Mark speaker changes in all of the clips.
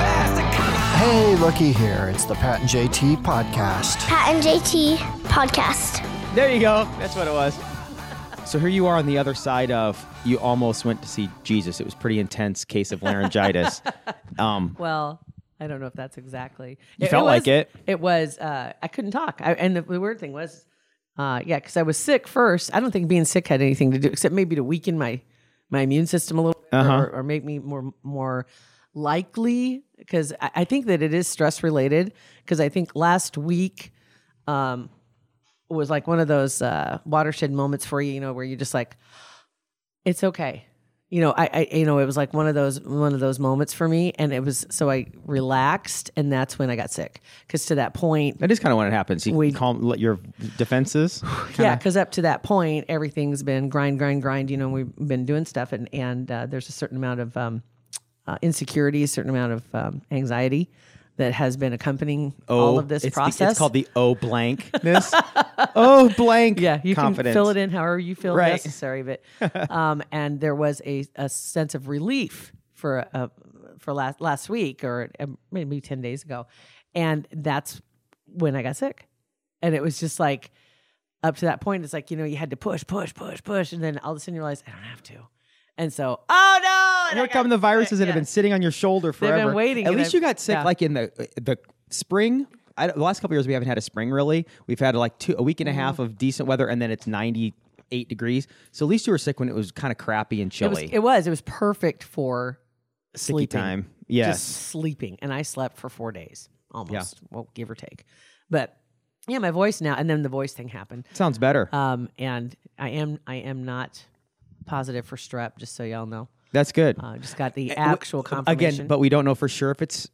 Speaker 1: Hey, looky here. It's the Pat and JT podcast.
Speaker 2: Pat and JT podcast.
Speaker 3: There you go. That's what it was. So here you are on the other side of you almost went to see Jesus. It was pretty intense case of laryngitis. um,
Speaker 4: Well, I don't know if that's exactly.
Speaker 3: You felt like
Speaker 4: was-
Speaker 3: it.
Speaker 4: It was. Uh, I couldn't talk, I, and the weird thing was, uh, yeah, because I was sick first. I don't think being sick had anything to do, except maybe to weaken my my immune system a little, bit
Speaker 3: Uh-huh.
Speaker 4: or, or make me more more likely. Because I, I think that it is stress related. Because I think last week um, was like one of those uh, watershed moments for you, you know, where you just like, it's okay. You know, I, I, you know, it was like one of those, one of those moments for me, and it was so I relaxed, and that's when I got sick. Because to that point,
Speaker 3: that is kind of when it happens. You
Speaker 4: We-
Speaker 3: calm let your defenses.
Speaker 4: yeah, because up to that point, everything's been grind, grind, grind. You know, we've been doing stuff, and and uh, there's a certain amount of um, uh, insecurity, a certain amount of um, anxiety that has been accompanying all of this
Speaker 3: Oh, it's the-
Speaker 4: process.
Speaker 3: it's called the O blankness. oh blank.
Speaker 4: Yeah, you
Speaker 3: confidence.
Speaker 4: can fill it in however you feel
Speaker 3: Right.
Speaker 4: necessary. But um, and there was a, a sense of relief for uh, for last last week or uh, maybe ten days ago, and that's when I got sick, and it was just like up to that point, it's like you know you had to push, push, push, push, and then all of a sudden you realize I don't have to, and so oh no, and I
Speaker 3: Here
Speaker 4: got
Speaker 3: come the viruses
Speaker 4: sick.
Speaker 3: that have
Speaker 4: Yeah.
Speaker 3: been sitting on your shoulder
Speaker 4: been
Speaker 3: forever.
Speaker 4: waiting,
Speaker 3: At
Speaker 4: and
Speaker 3: least
Speaker 4: I-
Speaker 3: you got sick
Speaker 4: yeah.
Speaker 3: like in the the spring. I, don't- the last couple years we haven't had a spring really. We've had like two a week and a
Speaker 4: Mm.
Speaker 3: half of decent weather, and then it's ninety eight degrees. So at least you were sick when it was kind of crappy and
Speaker 4: It was,
Speaker 3: chilly.
Speaker 4: it was it was perfect for
Speaker 3: Sticky
Speaker 4: sleeping
Speaker 3: time. Yes.
Speaker 4: just sleeping. And I slept for four days almost, well, give or take. But yeah, my voice now, and then the voice thing happened.
Speaker 3: Sounds better.
Speaker 4: Um, and I am, I am not positive for strep, just so y'all know.
Speaker 3: That's good.
Speaker 4: Uh, just got the
Speaker 3: W-
Speaker 4: actual confirmation.
Speaker 3: Eh, Again, but we don't know for sure if it's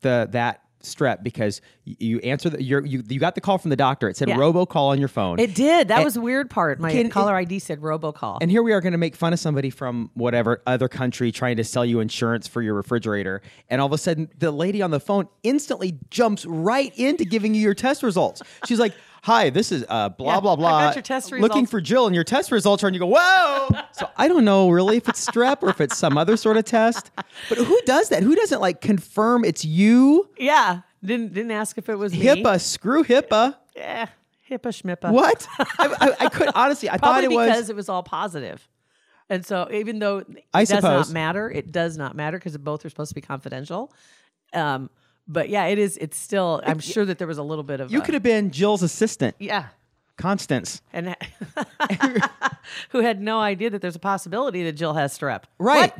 Speaker 3: the that strep because y- you answer the you're, you you got the call from the doctor. It said
Speaker 4: Yeah.
Speaker 3: robocall on your phone.
Speaker 4: it did. That
Speaker 3: And-
Speaker 4: was the weird part. My
Speaker 3: eh, Can- eh,
Speaker 4: caller ID said robocall.
Speaker 3: And here we are going to make fun of somebody from whatever other country trying to sell you insurance for your refrigerator. And all of a sudden, the lady on the phone instantly jumps right into giving you your test results. She's like, Hi, this is uh, blah,
Speaker 4: Yeah,
Speaker 3: blah,
Speaker 4: I
Speaker 3: blah.
Speaker 4: got your test
Speaker 3: Looking
Speaker 4: results."
Speaker 3: for Jill, and your test results are, and you go, Whoa. so I don't know really if it's strep or if it's some other sort of test. But who does that? Who doesn't like confirm it's you?
Speaker 4: yeah. Didn't, didn't ask if it was me.
Speaker 3: HIPAA, screw HIPAA.
Speaker 4: Yeah. HIPAA schmippa.
Speaker 3: What? I, I, I could, honestly, I thought
Speaker 4: Probably
Speaker 3: it was.
Speaker 4: because it was all positive. And so even though it
Speaker 3: I
Speaker 4: does
Speaker 3: suppose.
Speaker 4: not matter, it does not matter because both are supposed to be confidential. Um, but yeah, it is it's still I'm sure that there was a little bit of
Speaker 3: you
Speaker 4: a-
Speaker 3: could have been Jill's assistant,
Speaker 4: yeah.
Speaker 3: Constance.
Speaker 4: And who had no idea that there's a possibility that Jill has strep.
Speaker 3: Right.
Speaker 4: What?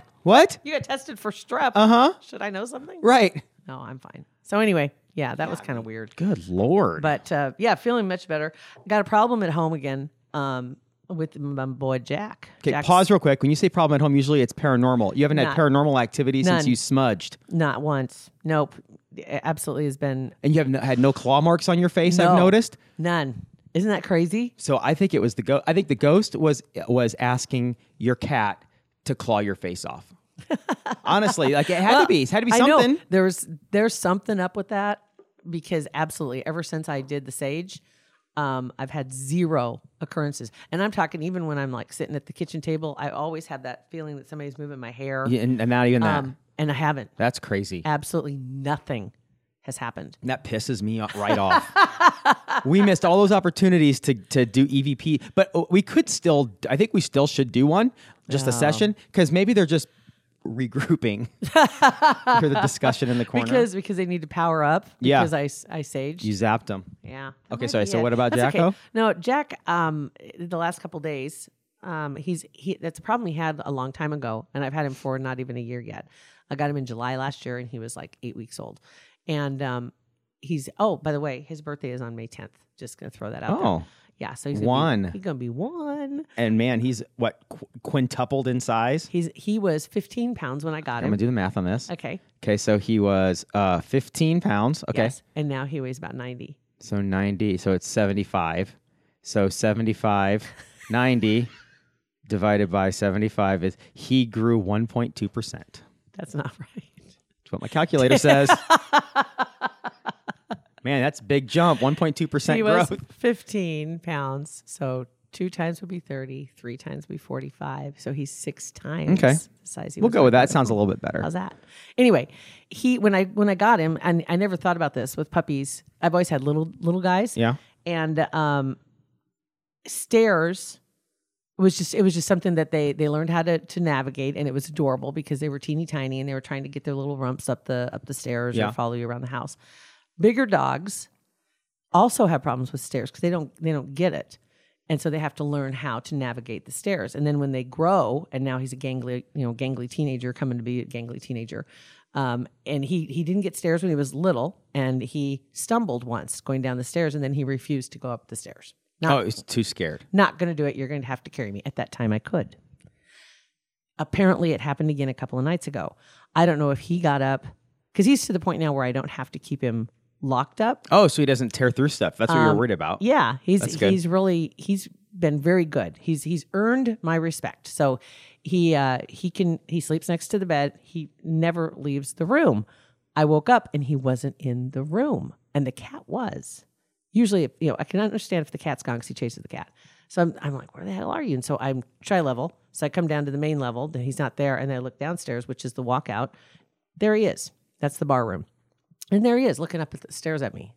Speaker 3: What?
Speaker 4: You got tested for strep. Uh-huh. Should I know something?
Speaker 3: Right.
Speaker 4: No, I'm fine. So anyway, yeah, that was kind of weird.
Speaker 3: Good lord.
Speaker 4: But uh, yeah, feeling much better. Got a problem at home again um, with my boy Jack.
Speaker 3: okay,
Speaker 4: Jack's-
Speaker 3: pause real quick. When you say problem at home, usually it's paranormal. You haven't had
Speaker 4: Not-
Speaker 3: paranormal activity since
Speaker 4: none.
Speaker 3: you smudged,
Speaker 4: Not once. Nope. It absolutely has been
Speaker 3: and you haven't had no claw marks on your face. I've
Speaker 4: No.
Speaker 3: noticed.
Speaker 4: none. Isn't that crazy?
Speaker 3: So I think it was the go. I think the ghost was was asking your cat to claw your face off. Honestly, like it had to be. It had to be
Speaker 4: I
Speaker 3: something.
Speaker 4: know there's there's something up with that because absolutely ever since I did the sage, um, I've had zero occurrences, and I'm talking even when I'm like sitting at the kitchen table, I always have that feeling that somebody's moving my hair,
Speaker 3: Yeah, and, and not even that.
Speaker 4: um, and I haven't.
Speaker 3: That's crazy.
Speaker 4: Absolutely nothing has happened.
Speaker 3: And that pisses me o- right off. we missed all those opportunities to to do EVP, but uh, we could still. I think we still should do one, just a session, because maybe they're just regrouping for the discussion in the corner.
Speaker 4: Because because they need to power up.
Speaker 3: Yeah.
Speaker 4: Because I s- I saged.
Speaker 3: you zapped them.
Speaker 4: Yeah. that
Speaker 3: Okay,
Speaker 4: might
Speaker 3: sorry,
Speaker 4: be
Speaker 3: so
Speaker 4: it.
Speaker 3: what about
Speaker 4: That's okay.
Speaker 3: Jacko?
Speaker 4: No, Jack. Um, the last couple days, um, he's he. That's a problem he had a long time ago, and I've had him for not even a year yet. I got him in July last year, and he was like eight weeks old, and um, he's. Oh, by the way, his birthday is on May tenth. Just gonna throw that out. there.
Speaker 3: Oh.
Speaker 4: Yeah, so he's gonna
Speaker 3: One.
Speaker 4: Be, he's gonna be one.
Speaker 3: And man, he's what qu- quintupled in size.
Speaker 4: He's he was 15 pounds when I
Speaker 3: I'm
Speaker 4: got him.
Speaker 3: gonna do the math on this.
Speaker 4: okay.
Speaker 3: Okay, so he was uh, 15 pounds. Okay,
Speaker 4: Yes. And now he weighs about 90.
Speaker 3: so 90. So it's 75. So 75, 90 divided by 75 is he grew 1.2 percent.
Speaker 4: That's not right.
Speaker 3: That's what my calculator says. Man, that's a big jump. 1.2 percent
Speaker 4: He
Speaker 3: growth.
Speaker 4: was 15 pounds. So two times would be 30. Three times would be 45. So he's six times
Speaker 3: Okay.
Speaker 4: the size he
Speaker 3: We'll
Speaker 4: was
Speaker 3: go
Speaker 4: when
Speaker 3: with
Speaker 4: I
Speaker 3: that.
Speaker 4: got
Speaker 3: Sounds a
Speaker 4: him.
Speaker 3: little bit better.
Speaker 4: How's that? Anyway, he when I when I got him, and I never thought about this with puppies. I've always had little little guys.
Speaker 3: Yeah.
Speaker 4: And um, stairs was just it was just something that they they learned how to to navigate, and it was adorable because they were teeny tiny and they were trying to get their little rumps up the up the stairs
Speaker 3: Yeah.
Speaker 4: or follow you around the house. Bigger dogs also have problems with stairs because they don't they don't get it. And so they have to learn how to navigate the stairs. And then when they grow, and now he's a gangly, you know, gangly teenager coming to be a gangly teenager. Um, and he he didn't get stairs when he was little, and he stumbled once going down the stairs, and then he refused to go up the stairs. Not
Speaker 3: oh, he's too scared.
Speaker 4: not going to do it. You're going to have to carry me. At that time, I could. Apparently, it happened again a couple of nights ago. I don't know if he got up because he's to the point now where I don't have to keep him locked up.
Speaker 3: Oh, so he doesn't tear through stuff. That's what you're worried about.
Speaker 4: Um, Yeah,
Speaker 3: That's
Speaker 4: he's
Speaker 3: good.
Speaker 4: he's really he's been very good. He's he's earned my respect. So he uh he can he sleeps next to the bed. He never leaves the room. I woke up and he wasn't in the room, and the cat was. Usually, you know, I can understand if the cat's gone because he chases the cat. So I'm, I'm like, where the hell are you? And so I'm tri level. So I come down to the main level, then he's not there. And I look downstairs, which is the walkout. There he is. That's the bar room. And there he is looking up at the stairs at me.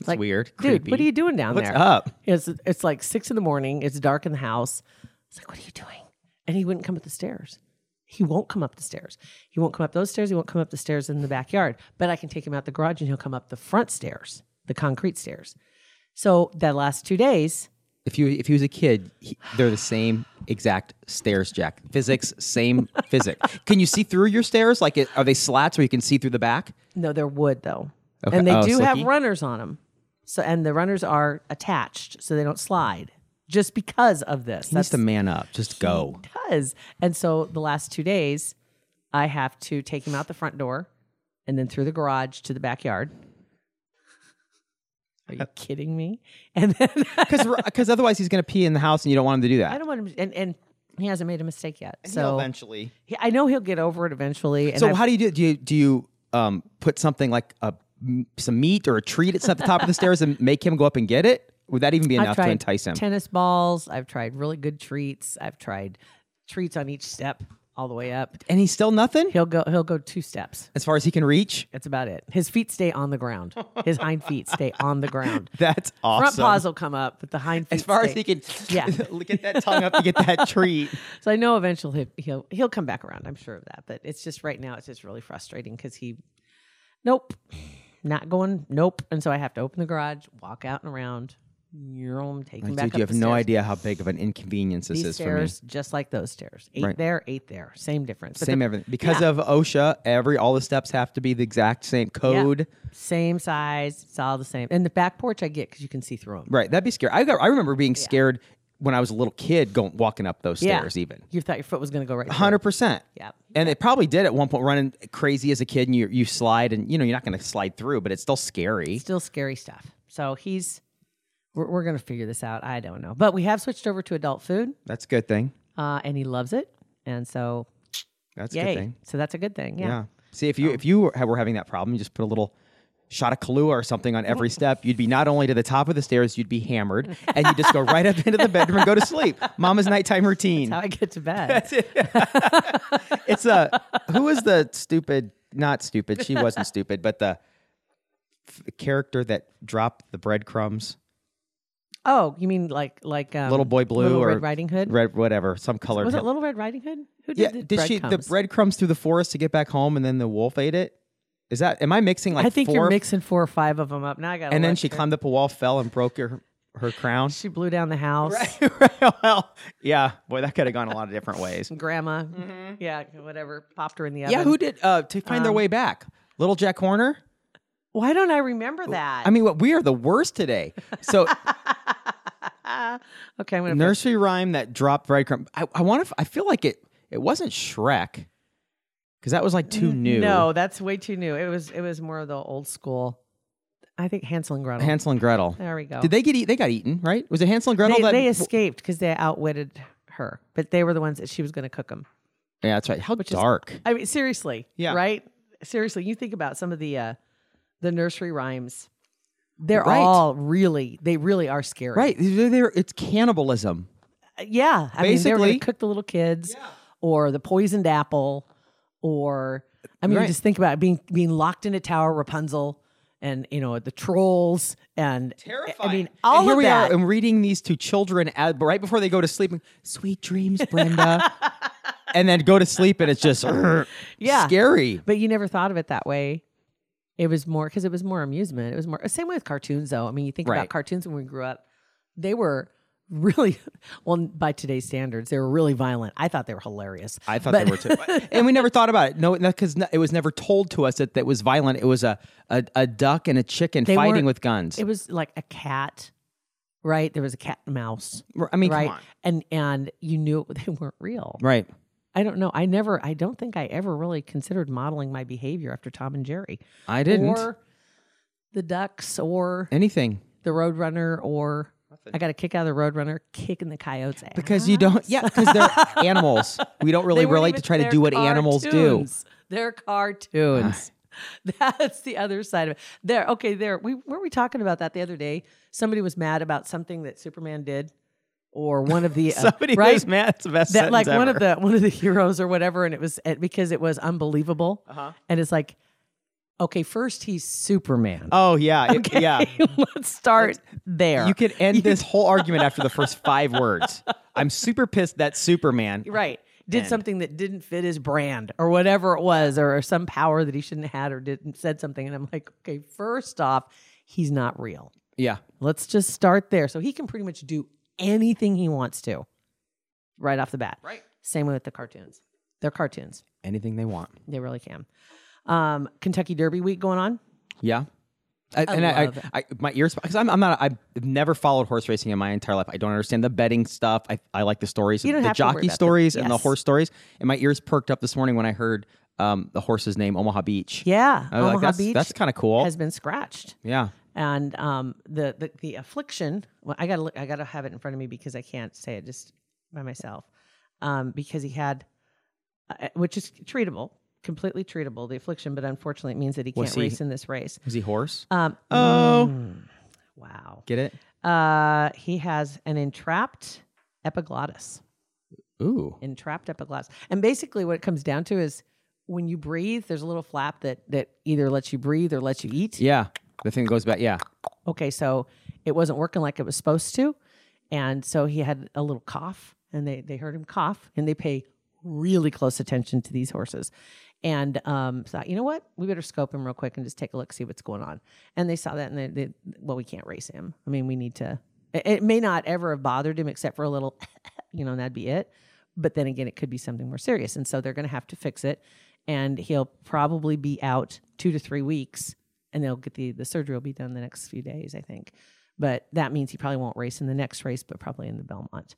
Speaker 3: It's weird.
Speaker 4: Dude,
Speaker 3: creepy.
Speaker 4: what are you doing down
Speaker 3: What's
Speaker 4: there?
Speaker 3: up?
Speaker 4: It's it's like six in the morning. It's dark in the house. It's like, what are you doing? And he wouldn't come up the stairs. He won't come up the stairs. He won't come up those stairs. He won't come up the stairs in the backyard. But I can take him out the garage and he'll come up the front stairs, the concrete stairs. So that last two days,
Speaker 3: If you if he was a kid, he, they're the same exact stairs, Jack. Physics, same physics. Can you see through your stairs? Like, it, are they slats where you can see through the back?
Speaker 4: no, they're wood though,
Speaker 3: Okay.
Speaker 4: and they
Speaker 3: Oh,
Speaker 4: do have
Speaker 3: slicky.
Speaker 4: runners on them. So and the runners are attached, so they don't slide. Just because of this,
Speaker 3: He needs to man up. Just go.
Speaker 4: does. And so the last two days, I have to take him out the front door and then through the garage to the backyard. Are you kidding me? And then
Speaker 3: Because otherwise he's going to pee in the house, and you don't want him to do that.
Speaker 4: I don't want him, and, and he hasn't made a mistake yet.
Speaker 3: He'll
Speaker 4: So
Speaker 3: eventually.
Speaker 4: he- I know he'll get over it eventually. And
Speaker 3: So
Speaker 4: I've-
Speaker 3: how do you do? it? Do you do you um, put something like a m- some meat or a treat at the top of the stairs and make him go up and get it? Would that even be enough to entice him?
Speaker 4: Tennis balls. I've tried really good treats. I've tried treats on each step all the way up.
Speaker 3: and he's still nothing
Speaker 4: He'll go. He'll go two steps.
Speaker 3: as far as he can reach.
Speaker 4: That's about it. His feet stay on the ground. His hind feet stay on the ground.
Speaker 3: That's awesome.
Speaker 4: Front paws will come up, but the hind feet.
Speaker 3: as far as
Speaker 4: stay-
Speaker 3: he can
Speaker 4: Yeah.
Speaker 3: get that tongue up to get that treat.
Speaker 4: So I know eventually he'll, he'll he'll come back around. I'm sure of that. But it's just right now it's just really frustrating because he, nope, not going. Nope. And so I have to open the garage, walk out and around. Yum, take him
Speaker 3: Like,
Speaker 4: back.
Speaker 3: dude,
Speaker 4: up
Speaker 3: you have
Speaker 4: the
Speaker 3: no
Speaker 4: stairs.
Speaker 3: idea how big of an inconvenience this
Speaker 4: These
Speaker 3: is
Speaker 4: stairs, just like those stairs, eight
Speaker 3: Right.
Speaker 4: there, eight there, same difference.
Speaker 3: for me.
Speaker 4: But
Speaker 3: Same
Speaker 4: the
Speaker 3: everything because of OSHA. Every all the steps have to be the exact same code.
Speaker 4: same size. It's all the same. And the back porch I get because you can see through them.
Speaker 3: Right, that'd be scary. I got, I remember being scared when I was a little kid going walking up those stairs. Even
Speaker 4: you thought your foot was going to go right.
Speaker 3: hundred percent.
Speaker 4: Yep.
Speaker 3: And it probably did at one point running crazy as a kid, and you you slide, and you know you're not going to slide through, but it's still scary.
Speaker 4: still scary stuff. So he's we're, we're going to figure this out. I don't know, but we have switched over to adult food,
Speaker 3: That's a good thing.
Speaker 4: uh, and he loves it. And so,
Speaker 3: That's a
Speaker 4: yay!
Speaker 3: good thing.
Speaker 4: So that's a good thing. Yeah.
Speaker 3: Yeah. See, if you if you were, were having that problem, you just put a little shot of Kahlua or something on every step. You'd be not only to the top of the stairs, you'd be hammered, and you just go right up into the bedroom and go to sleep. Mama's nighttime routine.
Speaker 4: How I get to bed.
Speaker 3: it's a who was the stupid? Not stupid. She wasn't stupid, but the f- character that dropped the breadcrumbs.
Speaker 4: oh, you mean like like um,
Speaker 3: Little Boy Blue
Speaker 4: Little
Speaker 3: or
Speaker 4: Red Riding Hood?
Speaker 3: Red, whatever, some color.
Speaker 4: was it Little Red Riding Hood? Who did
Speaker 3: yeah,
Speaker 4: the
Speaker 3: did she the
Speaker 4: breadcrumbs?
Speaker 3: breadcrumbs through the forest to get back home, and then the wolf ate it? Is that? Am I mixing like?
Speaker 4: I think you
Speaker 3: four
Speaker 4: you're mixing four or five of them up. Now I got.
Speaker 3: And then she climbed up a wall, fell, and broke her her crown.
Speaker 4: She blew down the house.
Speaker 3: well, yeah, boy, that could have gone a lot of different ways.
Speaker 4: Grandma. Yeah, whatever. Popped her in the oven.
Speaker 3: Mm-hmm. Yeah, who did uh, to find
Speaker 4: Um,
Speaker 3: their way back? Little Jack Horner.
Speaker 4: Why don't I remember that?
Speaker 3: I mean, what we are the worst today. So
Speaker 4: okay, I'm gonna
Speaker 3: Nursery rhyme that dropped breadcrumb. I, I want to. I feel like it. It wasn't Shrek, because that was like too new.
Speaker 4: No, that's way too new. It was it was more of the old school. I think Hansel and Gretel.
Speaker 3: Hansel and Gretel.
Speaker 4: There we go.
Speaker 3: Did they get eat? They got eaten, right? Was it Hansel and Gretel
Speaker 4: they,
Speaker 3: that?
Speaker 4: they escaped because they outwitted her, but they were the ones that she was going to cook them.
Speaker 3: yeah, that's right. How dark.
Speaker 4: I mean, seriously.
Speaker 3: Yeah.
Speaker 4: Right. Seriously, you think about some of the uh, the nursery rhymes. They're
Speaker 3: Right.
Speaker 4: all really. They really are scary.
Speaker 3: right. They're, they're- it's cannibalism.
Speaker 4: Yeah. I mean, they
Speaker 3: Basically-
Speaker 4: were going to cook the little kids, or the poisoned apple, or I mean,
Speaker 3: Right.
Speaker 4: just think about it, being being locked in a tower, Rapunzel, and you know the trolls, and I mean, all
Speaker 3: and here
Speaker 4: of
Speaker 3: we
Speaker 4: that.
Speaker 3: are. I'm reading these to children at, right before they go to sleep. and, Sweet dreams, Brenda. and then go to sleep, and it's just
Speaker 4: Yeah.
Speaker 3: scary.
Speaker 4: But you never thought of it that way. It was more because it was more amusement. It was more same way with cartoons, though. I mean, you think
Speaker 3: Right.
Speaker 4: about cartoons when we grew up, they were really well by today's standards. They were really violent. I thought they were hilarious.
Speaker 3: I thought
Speaker 4: But-
Speaker 3: they were too, and we never thought about it. No, because it was never told to us that that was violent. It was a a, a duck and a chicken
Speaker 4: They
Speaker 3: fighting
Speaker 4: weren't-
Speaker 3: with guns.
Speaker 4: It was like a cat, right? There was a cat and mouse,
Speaker 3: I mean,
Speaker 4: right?
Speaker 3: come on,
Speaker 4: And and you knew it- they weren't real.
Speaker 3: right?
Speaker 4: I don't know. I never. I don't think I ever really considered modeling my behavior after Tom and Jerry.
Speaker 3: I didn't
Speaker 4: Or the ducks, or
Speaker 3: anything
Speaker 4: the Roadrunner or I got a kick out of the Roadrunner kicking the coyote's ass.
Speaker 3: because you don't. Yeah, because they're animals. We don't really
Speaker 4: They weren't
Speaker 3: relate
Speaker 4: even-
Speaker 3: to try to
Speaker 4: they're
Speaker 3: do what animals do.
Speaker 4: cartoons. They're cartoons. That's the other side of it. There, okay, there. We were we talking about that the other day. Somebody was mad about something that Superman did, or one of the uh,
Speaker 3: Somebody
Speaker 4: right?
Speaker 3: was mad. It's the best
Speaker 4: that like
Speaker 3: sentence
Speaker 4: one
Speaker 3: ever.
Speaker 4: of the one of the heroes or whatever, and it was it, because it was unbelievable, uh-huh. and it's like, okay, first he's Superman.
Speaker 3: Oh yeah, it- yeah.
Speaker 4: Let's start there.
Speaker 3: You could end this whole argument after the first five words. I'm super pissed that Superman.
Speaker 4: right did something that didn't fit his brand or whatever it was or, or some power that he shouldn't have had or didn't said something and i'm like okay first off he's not real
Speaker 3: Yeah,
Speaker 4: let's just start there so he can pretty much do anything he wants to right off the bat right same way with the cartoons they're cartoons
Speaker 3: anything they want.
Speaker 4: they really can um, kentucky derby week going on
Speaker 3: Yeah. I, and I,
Speaker 4: love it.
Speaker 3: I, I, my ears, because I'm, I'm not, I've never followed horse racing in my entire life. I don't understand the betting stuff. I, I like the stories,
Speaker 4: You don't
Speaker 3: the
Speaker 4: have to worry
Speaker 3: jockey
Speaker 4: about the-
Speaker 3: stories and the
Speaker 4: yes.
Speaker 3: horse stories. And my ears perked up this morning when I heard um, the horse's name, Omaha Beach.
Speaker 4: yeah
Speaker 3: I was like, that's, That's kind of cool.
Speaker 4: has been scratched
Speaker 3: yeah.
Speaker 4: and um, the, the the affliction. Well, I gotta look, I gotta have it in front of me because I can't say it just by myself. Um, because he had, uh, which is treatable, completely treatable, the affliction, but unfortunately, it means that he
Speaker 3: Was
Speaker 4: can't
Speaker 3: he-
Speaker 4: race in this race.
Speaker 3: Is he horse?
Speaker 4: Um, mm,
Speaker 3: oh,
Speaker 4: wow.
Speaker 3: get it?
Speaker 4: Uh, he has an entrapped epiglottis.
Speaker 3: Ooe.
Speaker 4: entrapped epiglottis. And basically, what it comes down to is when you breathe, there's a little flap that that either lets you breathe or lets you eat.
Speaker 3: Yeah. The thing that goes back. Yeah.
Speaker 4: okay, so it wasn't working like it was supposed to. And so he had a little cough, and they, they heard him cough, and they pay really close attention to these horses. And um, thought, you know what? We better scope him real quick and just take a look, see what's going on. And they saw that, and they, they well, we can't race him. I mean, we need to. It, it may not ever have bothered him except for a little, you know, and that'd be it. But then again, it could be something more serious, and so they're going to have to fix it. And he'll probably be out two to three weeks and they'll get the the surgery will be done the next few days, I think. But that means he probably won't race in the next race, but probably in the Belmont.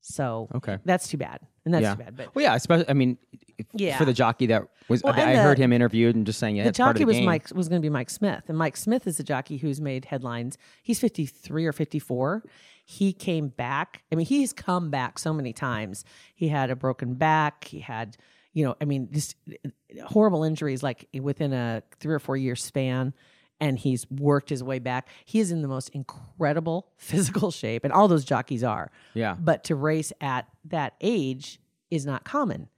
Speaker 4: So
Speaker 3: Okay.
Speaker 4: that's too bad, and that's
Speaker 3: yeah.
Speaker 4: too bad. But
Speaker 3: well, yeah. Especially, I mean, if-
Speaker 4: Yeah.
Speaker 3: for the jockey that was,
Speaker 4: Well,
Speaker 3: I, I
Speaker 4: and
Speaker 3: heard
Speaker 4: the-
Speaker 3: him interviewed and just saying, yeah,
Speaker 4: the
Speaker 3: it's part of
Speaker 4: jockey
Speaker 3: the
Speaker 4: was
Speaker 3: game.
Speaker 4: Mike was going to be Mike Smith, and Mike Smith is the jockey who's made headlines. He's fifty three or fifty four. He came back. I mean, he's come back so many times. He had a broken back. He had, you know, I mean, just uh, horrible injuries like within a three or four year span. And he's worked his way back. He is in the most incredible physical shape, and all those jockeys are.
Speaker 3: Yeah.
Speaker 4: But to race at that age is not common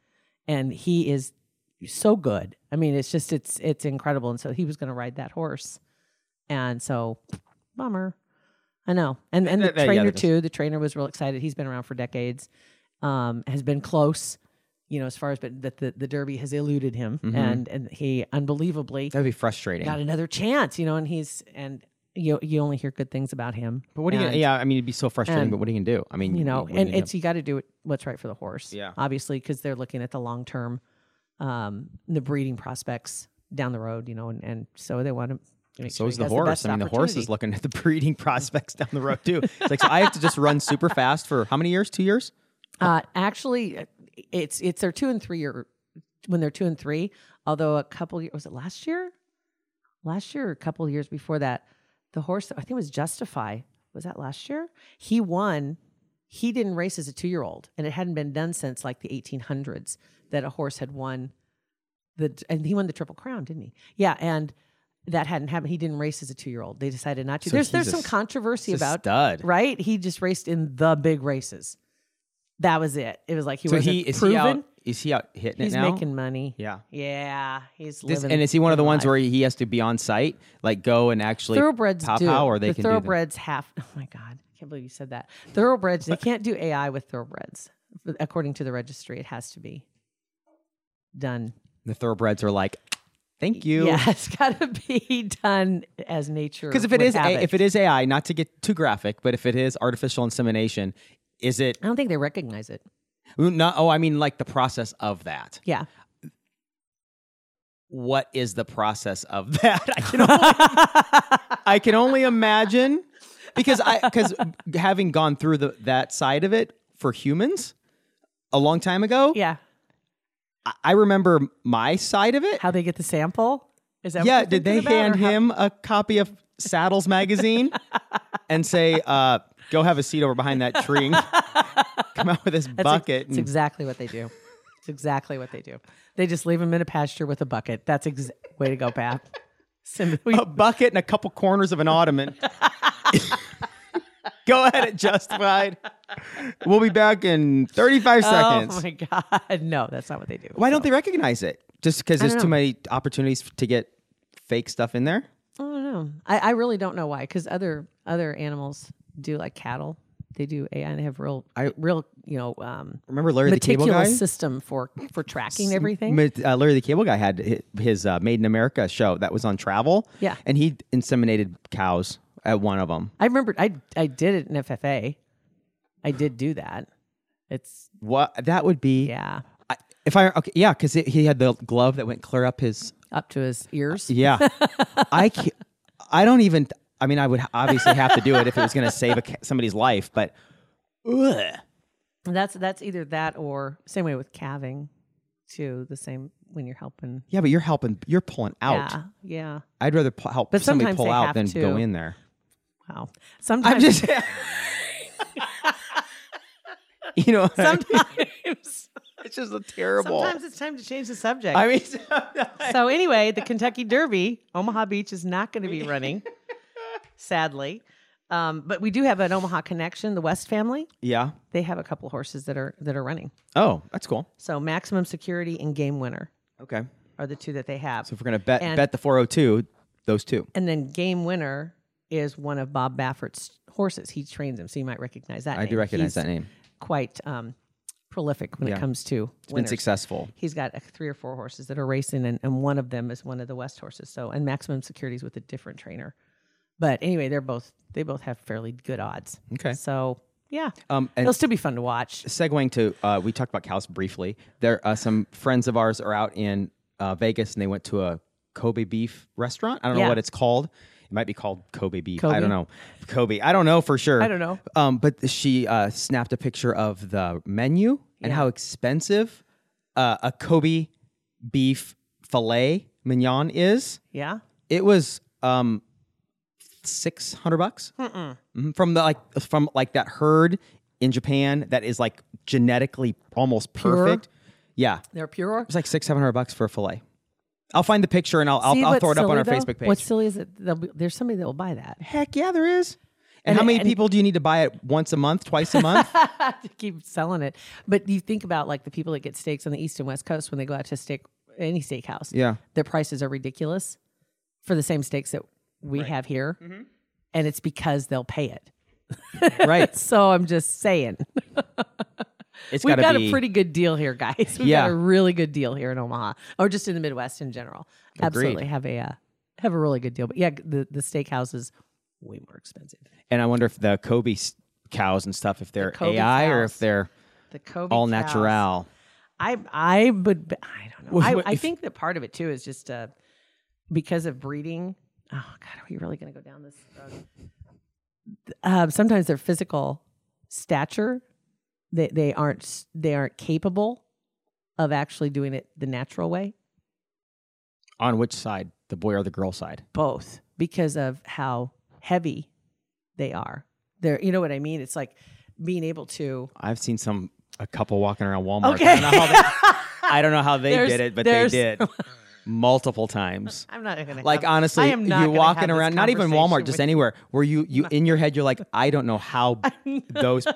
Speaker 4: and he is so good. I mean, it's just it's it's incredible. And so he was going to ride that horse, and so bummer. I know. And and the
Speaker 3: Yeah, yeah,
Speaker 4: trainer
Speaker 3: that is-
Speaker 4: too. The trainer was real excited. He's been around for decades. Um, has been close, you know, as far as but that the, the Derby has eluded him,
Speaker 3: Mm-hmm.
Speaker 4: and and he unbelievably
Speaker 3: That'd be frustrating.
Speaker 4: got another chance, you know, and he's and you you only hear good things about him.
Speaker 3: But what are you?
Speaker 4: And-
Speaker 3: Gonna, yeah, I mean, it'd be so frustrating.
Speaker 4: and-
Speaker 3: but what are you gonna do? I mean,
Speaker 4: you know
Speaker 3: what are
Speaker 4: and
Speaker 3: gonna
Speaker 4: it's you got to do it- what's right for the horse
Speaker 3: Yeah.
Speaker 4: obviously because they're looking at the long term um the breeding prospects down the road you know and, and so they want to Make
Speaker 3: So
Speaker 4: sure
Speaker 3: is
Speaker 4: he
Speaker 3: the
Speaker 4: has
Speaker 3: horse.
Speaker 4: best
Speaker 3: I mean, the horse is
Speaker 4: opportunity.
Speaker 3: looking at the breeding prospects down the road too. It's like so I have to just run super fast for how many years? Two years?
Speaker 4: Uh, actually, it's it's their two and three year when they're two and three. Although a couple years was it last year, last year or a couple years before that, the horse I think it was Justify was that last year he won. He didn't race as a two year old, and it hadn't been done since like the 1800s that a horse had won the and he won the triple crown, didn't he? Yeah, and that hadn't happened. He didn't race as a two year old. They decided not to.
Speaker 3: So
Speaker 4: there's there's
Speaker 3: he's a
Speaker 4: some
Speaker 3: s-
Speaker 4: controversy
Speaker 3: he's a
Speaker 4: about
Speaker 3: stud.
Speaker 4: right? He just raced in the big races. That was it. It was like he
Speaker 3: so
Speaker 4: was
Speaker 3: he is
Speaker 4: proven.
Speaker 3: he out? Is he out hitting
Speaker 4: he's
Speaker 3: it now?
Speaker 4: making money.
Speaker 3: Yeah.
Speaker 4: yeah, he's
Speaker 3: This-
Speaker 4: living.
Speaker 3: and is he one of the
Speaker 4: living
Speaker 3: ones
Speaker 4: life.
Speaker 3: where he has to be on site, like go and actually
Speaker 4: thoroughbreds
Speaker 3: pow
Speaker 4: do?
Speaker 3: pow, or they
Speaker 4: the
Speaker 3: can do them?
Speaker 4: thoroughbreds have. Oh my god, I can't believe you said that. Thoroughbreds. they can't do AI with thoroughbreds. According to the registry, it has to be done.
Speaker 3: The thoroughbreds are like, thank you.
Speaker 4: Yeah, it's got to be done as nature.
Speaker 3: Because if it
Speaker 4: would
Speaker 3: is
Speaker 4: have
Speaker 3: A- if it is AI, not to get too graphic, but if it is artificial insemination, is it
Speaker 4: I don't think they recognize it.
Speaker 3: not? Oh, I mean, like the process of that.
Speaker 4: Yeah,
Speaker 3: What is the process of that? I can only, I can only imagine because I because having gone through the that side of it for humans a long time ago,
Speaker 4: yeah.
Speaker 3: I- I remember my side of it.
Speaker 4: How they get the sample? Is that
Speaker 3: yeah,
Speaker 4: What
Speaker 3: did they hand him a copy of Saddles magazine and say, uh, "Go have a seat over behind that tree and come out with this bucket"?
Speaker 4: It's
Speaker 3: and-
Speaker 4: exactly what they do. It's exactly what they do. They just leave him in a pasture with a bucket. That's ex- way to go, Pat. Sim- we-
Speaker 3: a bucket and a couple corners of an ottoman. Go ahead, it justified. We'll be back in 35
Speaker 4: oh
Speaker 3: seconds.
Speaker 4: my god! No, that's not what they do.
Speaker 3: Why don't they recognize it? Just because there's
Speaker 4: don't
Speaker 3: too
Speaker 4: know.
Speaker 3: many opportunities to get fake stuff in there.
Speaker 4: I don't know. I, I really don't know why. Because other other animals do like cattle. They do AI and they have real real you know um,
Speaker 3: Remember Larry the Cable
Speaker 4: meticulous
Speaker 3: Guy?
Speaker 4: system for for tracking everything.
Speaker 3: Mit- uh, Larry the Cable Guy had hi- his uh, Made in America show that was on travel.
Speaker 4: Yeah.
Speaker 3: And he inseminated cows at one of them.
Speaker 4: I remember I I did it in FFA. I did do that. It's
Speaker 3: What that would be.
Speaker 4: yeah
Speaker 3: I, if I okay, yeah, because he had the glove that went clear up his.
Speaker 4: up to his ears.
Speaker 3: Yeah. I can't, I don't even. I mean, I would obviously have to do it if it was going to save a, ca- somebody's life, but. Ugh.
Speaker 4: That's that's either that or same way with calving, too. The same when you're helping.
Speaker 3: Yeah, but you're helping. You're pulling out.
Speaker 4: Yeah, yeah.
Speaker 3: I'd rather pu- help
Speaker 4: But
Speaker 3: somebody
Speaker 4: sometimes
Speaker 3: pull
Speaker 4: they
Speaker 3: out
Speaker 4: have
Speaker 3: than
Speaker 4: to.
Speaker 3: go in there.
Speaker 4: Wow.
Speaker 3: I'm
Speaker 4: Sometimes,
Speaker 3: just. you know, what I mean?
Speaker 4: sometimes,
Speaker 3: it's just a terrible.
Speaker 4: sometimes it's time to change the subject.
Speaker 3: I mean,
Speaker 4: so anyway, the Kentucky Derby, Omaha Beach is not going to be running, sadly. Um, but we do have an Omaha connection. The West family,
Speaker 3: yeah.
Speaker 4: they have a couple horses that are that are running.
Speaker 3: Oh, that's cool.
Speaker 4: So Maximum Security and Game Winner
Speaker 3: Okay.
Speaker 4: are the two that they have.
Speaker 3: So if we're gonna bet
Speaker 4: And-
Speaker 3: bet the 402, those two.
Speaker 4: And then Game Winner is one of Bob Baffert's horses. He trains him, so you might recognize that.
Speaker 3: I do
Speaker 4: name.
Speaker 3: recognize
Speaker 4: He's
Speaker 3: that name.
Speaker 4: Quite um, prolific when
Speaker 3: Yeah.
Speaker 4: it comes to
Speaker 3: It's been
Speaker 4: winners.
Speaker 3: successful.
Speaker 4: He's got uh, three or four horses that are racing, and, and one of them is one of the West horses. So, and Maximum Security's with a different trainer. But anyway, they're both they both have fairly good odds.
Speaker 3: Okay.
Speaker 4: So yeah,
Speaker 3: Um, and
Speaker 4: it'll still be fun to watch.
Speaker 3: segueing to, uh, we talked about cows briefly. There, uh, some friends of ours are out in uh, Vegas, and they went to a Kobe beef restaurant. I don't know
Speaker 4: Yeah.
Speaker 3: what it's called. It might be called Kobe beef. I
Speaker 4: Kobe?
Speaker 3: don't know. Kobe. I don't know for sure.
Speaker 4: I don't know.
Speaker 3: Um, but she uh, snapped a picture of the menu and how expensive uh, a Kobe beef filet mignon is.
Speaker 4: Yeah.
Speaker 3: It was um six hundred bucks Mhm. from the like from like that herd in Japan that is like genetically almost perfect. Yeah,
Speaker 4: They're pure.
Speaker 3: it's like six seven hundred bucks for a fillet. I'll find the picture and I'll I'll,
Speaker 4: See
Speaker 3: I'll
Speaker 4: what's
Speaker 3: throw it up on
Speaker 4: silly,
Speaker 3: our
Speaker 4: though?
Speaker 3: Facebook page.
Speaker 4: What's silly is that there'll be- there's somebody that will buy that
Speaker 3: Heck yeah, there is. And, how many people do you need to buy it once a month, twice a month?
Speaker 4: to keep selling it. But you think about like the people that get steaks on the East and West Coast when they go out to steak any steakhouse.
Speaker 3: Yeah.
Speaker 4: their prices are ridiculous for the same steaks that we have here, and it's because they'll pay it.
Speaker 3: right.
Speaker 4: So I'm just saying,
Speaker 3: It's
Speaker 4: we've
Speaker 3: gotta
Speaker 4: got
Speaker 3: be-
Speaker 4: a pretty good deal here, guys. We've
Speaker 3: Yeah.
Speaker 4: got a really good deal here in Omaha, or just in the Midwest in general. Absolutely have a uh, have a really good deal. But yeah, the the steak houses way more expensive.
Speaker 3: And I wonder if the Kobe s- cows and stuff, if they're
Speaker 4: Kobe
Speaker 3: AI or
Speaker 4: cows.
Speaker 3: if they're
Speaker 4: The COVID
Speaker 3: all natural.
Speaker 4: I I would I don't know.
Speaker 3: Well,
Speaker 4: I,
Speaker 3: what
Speaker 4: I
Speaker 3: if-
Speaker 4: think that part of it too is just uh because of breeding oh god, are we really going to go down this road? Um, sometimes their physical stature, they they aren't s- they aren't capable of actually doing it the natural way.
Speaker 3: On which side, the boy or the girl side?
Speaker 4: both because of how heavy they are. They're, you know what I mean? It's like being able to.
Speaker 3: I've seen some a couple walking around Walmart.
Speaker 4: Okay.
Speaker 3: I don't know how they, I don't know how they
Speaker 4: There's-
Speaker 3: did it, but they
Speaker 4: there's-
Speaker 3: did multiple times.
Speaker 4: I'm not gonna
Speaker 3: Like
Speaker 4: have-
Speaker 3: honestly,
Speaker 4: I am not
Speaker 3: you
Speaker 4: gonna have
Speaker 3: walking
Speaker 4: this
Speaker 3: around, not even Walmart,
Speaker 4: conversation
Speaker 3: just
Speaker 4: with-
Speaker 3: anywhere, where you you in your head you're like, I don't know how those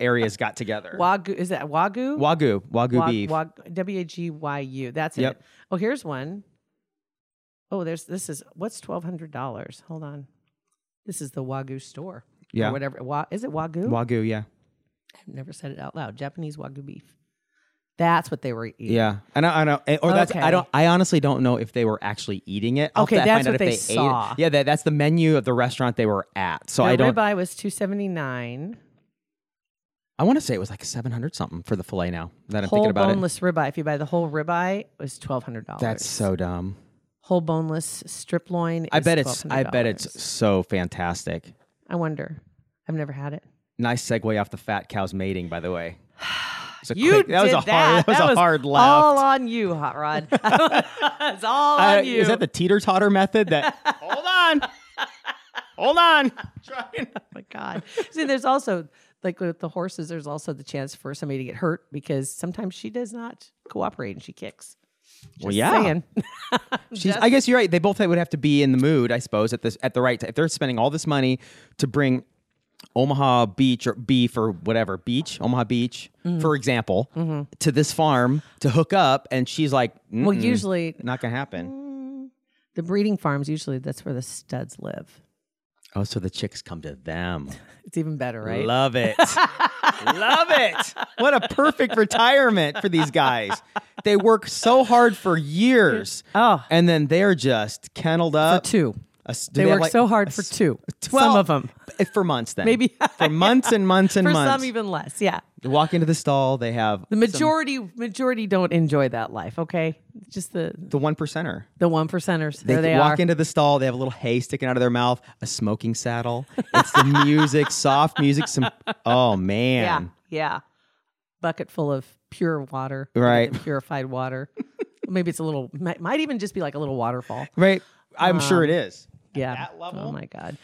Speaker 3: areas got together.
Speaker 4: Wagyu is that wagyu?
Speaker 3: Wagyu, Wagyu
Speaker 4: Wag-
Speaker 3: beef.
Speaker 4: wag- W a g y u. That's
Speaker 3: Yep.
Speaker 4: it. Oh, here's one. Oh, there's this is what's twelve hundred dollars? Hold on, this is the wagyu store.
Speaker 3: Yeah.
Speaker 4: or whatever. Wa- is it wagyu?
Speaker 3: Wagyu, yeah,
Speaker 4: I've never said it out loud. Japanese wagyu beef. That's what they were eating.
Speaker 3: yeah. And I, I know, and- or that's I
Speaker 4: Okay.
Speaker 3: don't. I honestly don't know if they were actually eating it. I'll
Speaker 4: Okay,
Speaker 3: have to
Speaker 4: that's
Speaker 3: find out
Speaker 4: what
Speaker 3: if
Speaker 4: they
Speaker 3: they
Speaker 4: saw.
Speaker 3: Ate it. Yeah, that, that's the menu of the restaurant they were at. So
Speaker 4: The
Speaker 3: I don't.
Speaker 4: ribeye was two seventy nine.
Speaker 3: I want to say it was like seven hundred something for the fillet. Now that I'm
Speaker 4: whole
Speaker 3: thinking about
Speaker 4: boneless ribeye. If you buy the whole ribeye, it was twelve hundred
Speaker 3: it,
Speaker 4: dollars.
Speaker 3: that's so dumb.
Speaker 4: whole boneless strip loin. Is
Speaker 3: I bet it's. I bet it's
Speaker 4: $1,200.
Speaker 3: so fantastic.
Speaker 4: I wonder. I've never had it.
Speaker 3: Nice segue off the fat cow's mating, by the way. It's a
Speaker 4: You
Speaker 3: quick- that was
Speaker 4: did
Speaker 3: a hard. That was a hard laugh.
Speaker 4: All on you, Hot Rod. it's all
Speaker 3: Uh,
Speaker 4: on you.
Speaker 3: Is that the teeter totter method? That hold on, hold on. Trying.
Speaker 4: oh my God. See, there's also like with the horses. There's also the chance for somebody to get hurt because sometimes she does not cooperate and she kicks.
Speaker 3: Well,
Speaker 4: Just
Speaker 3: yeah.
Speaker 4: saying.
Speaker 3: She's, I guess you're right. They both would have to be in the mood, I suppose, at this at the right time. If they're spending all this money to bring Omaha Beach or beef or whatever beach, Omaha Beach, for example, to this farm to hook up, and she's like,
Speaker 4: well,
Speaker 3: "Mm-mm,
Speaker 4: usually
Speaker 3: not gonna happen."
Speaker 4: the breeding farms. Usually that's where the studs live.
Speaker 3: Oh, so the chicks come to them.
Speaker 4: It's even better, right?
Speaker 3: Love it. Love it. What a perfect retirement for these guys. They work so hard for years.
Speaker 4: Oh.
Speaker 3: And then they're just kenneled
Speaker 4: for
Speaker 3: up.
Speaker 4: two.
Speaker 3: A s- do
Speaker 4: They,
Speaker 3: have
Speaker 4: work
Speaker 3: like-
Speaker 4: so hard
Speaker 3: a
Speaker 4: for
Speaker 3: s-
Speaker 4: two.
Speaker 3: Well,
Speaker 4: some of them.
Speaker 3: f- For months then.
Speaker 4: Maybe.
Speaker 3: For months and months and
Speaker 4: For
Speaker 3: months.
Speaker 4: some, even less. Yeah.
Speaker 3: They walk into the stall, they have
Speaker 4: The majority majority don't enjoy that life. Okay, just the
Speaker 3: the one percenter.
Speaker 4: the one percenters.
Speaker 3: They,
Speaker 4: there they
Speaker 3: walk
Speaker 4: are.
Speaker 3: into the stall. They have a little hay sticking out of their mouth, a smoking saddle. It's the music, soft music. Some oh
Speaker 4: yeah,
Speaker 3: man,
Speaker 4: yeah. Bucket full of pure water.
Speaker 3: Right.
Speaker 4: Purified water. Maybe it's a little. Might, might even just be like a little waterfall.
Speaker 3: right? I'm sure
Speaker 4: Um,
Speaker 3: it is.
Speaker 4: Yeah.
Speaker 3: that level?
Speaker 4: Oh my god.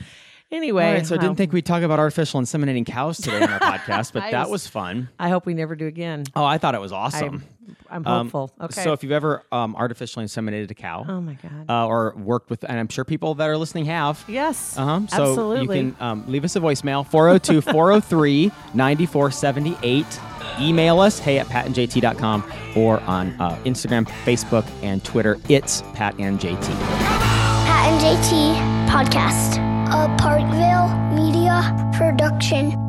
Speaker 4: Anyway,
Speaker 3: All right, so I
Speaker 4: wow.
Speaker 3: didn't think we'd talk about artificial inseminating cows today on our podcast, but
Speaker 4: I
Speaker 3: that
Speaker 4: was-
Speaker 3: was fun.
Speaker 4: I hope we never do again.
Speaker 3: Oh, I thought it was awesome.
Speaker 4: I'm
Speaker 3: Um,
Speaker 4: hopeful. okay.
Speaker 3: So if you've ever um, artificially inseminated a cow,
Speaker 4: oh my god.
Speaker 3: uh, or worked with, and I'm sure people that are listening have.
Speaker 4: yes.
Speaker 3: Uh huh. So
Speaker 4: absolutely.
Speaker 3: you can um, leave us a voicemail 402 403 9478. Email us hey at patandjt.com or on uh, Instagram, Facebook, and Twitter. It's Pat and JT.
Speaker 2: Pat and JT Podcast. A Parkville Media Production.